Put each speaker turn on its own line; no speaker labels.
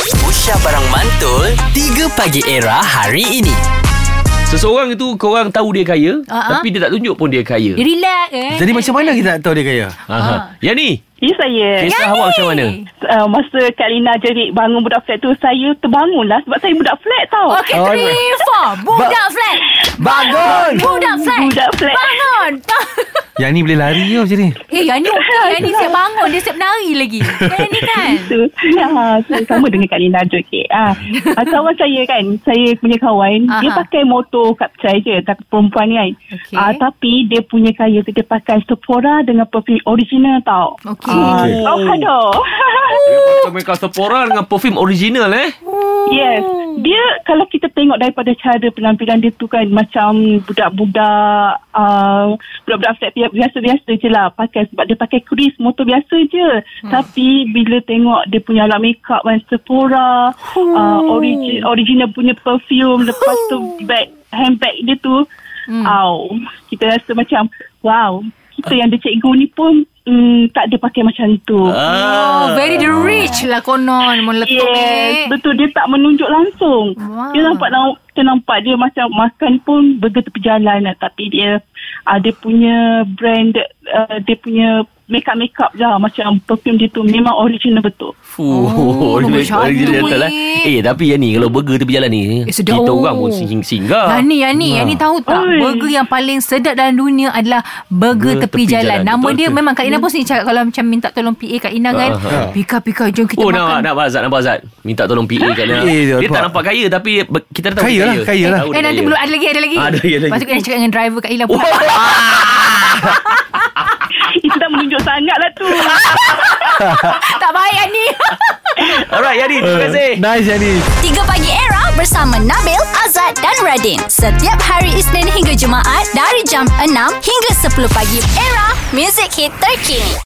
Aisyah Barang Mantul 3 Pagi Era hari ini
Seseorang itu korang tahu dia kaya
Ah, ah.
Tapi dia tak tunjuk pun dia kaya
Dia relax eh.
Jadi macam mana kita nak tahu dia kaya?
Ah.
Aha. Yang ni
Ya saya
Kisah
Yani.
awak macam mana
uh, Masa Kak Lina jerit Bangun budak flat tu Saya terbangun lah Sebab saya budak flat tau
Okey,
Oh,
three, four. Budak flat.
Bangun!
Budak flat.
Budak flat.
Bangun.
Yang ni boleh lari ke macam ni?
eh, yang ni okey. Yang ni siap bangun. Dia siap menari lagi. Yang ni kan.
tu ha, so, Sama dengan Kak Lina jerit ha. Ah, Kawan saya kan Saya punya kawan
Aha.
Dia pakai motor kapcai je tak, Perempuan ni kan
Okey.
Ah, Tapi dia punya kaya tu Dia pakai Sephora Dengan perfume original tau
Okey. Oh,
Ah,
Okey.
Oh kado
Dia pakai Sephora dengan perfume original eh
Yes Dia Kalau kita tengok daripada Cara penampilan dia tu kan Macam Budak-budak uh, Budak-budak flat bi- Biasa-biasa je lah Pakai Sebab dia pakai kris Motor biasa je hmm. Tapi Bila tengok Dia punya alat makeup kan Sephora uh, origi- Original punya perfume Lepas tu Bag Handbag dia tu hmm. Au Kita rasa macam Wow Kita yang dia cikgu ni pun mm, Tak ada pakai macam tu
Oh, very the rich lah konon. Mau letup
Yes,
ni.
betul dia tak menunjuk langsung.
eh? Wow.
Dia nampak nau- kita nampak dia macam makan pun burger tepi jalan lah. tapi dia ada punya brand uh, dia punya makeup makeup lah macam perfume dia tu memang original betul.
Fuh,
Oh,
original-
macam
original
tu,
betul, eh.
eh.
Eh tapi yang ni Kalau burger tepi jalan ni
Eh, sedap.
Kita orang pun singgah-singgah
Yang ni, yang ni, yang ni
Ah.
tahu tak
Oi.
Burger yang paling sedap dalam dunia adalah Burger tepi, jalan. Nama dia memang Kak Ina pun sini cakap Kalau macam minta tolong PA Kak Ina kan
Ah.
Pika-pika jom kita
Oh
makan
nak, nak Azad Nampak Azad Minta tolong PA kat dia
Eh, dia
Dia tak
nampak.
nampak kaya Tapi dia- kita dah tahu
Kaya
dia
lah, kaya lah.
Tahu
Eh
dia
nanti
kaya.
belum ada lagi Ada lagi
Ah, ada lagi, ada
Lepas
lagi.
tu kena cakap dengan driver Kak Ila pula
Itu dah menunjuk sangat lah tu.
Tak baik ni
Alright Yani Terima
Eh.
kasih
Nice yang ni.
3 Pagi Era bersama Nabil, Azad dan Radin. Setiap hari Isnin hingga Jumaat dari jam 6 hingga 10 pagi. Era, music hit terkini.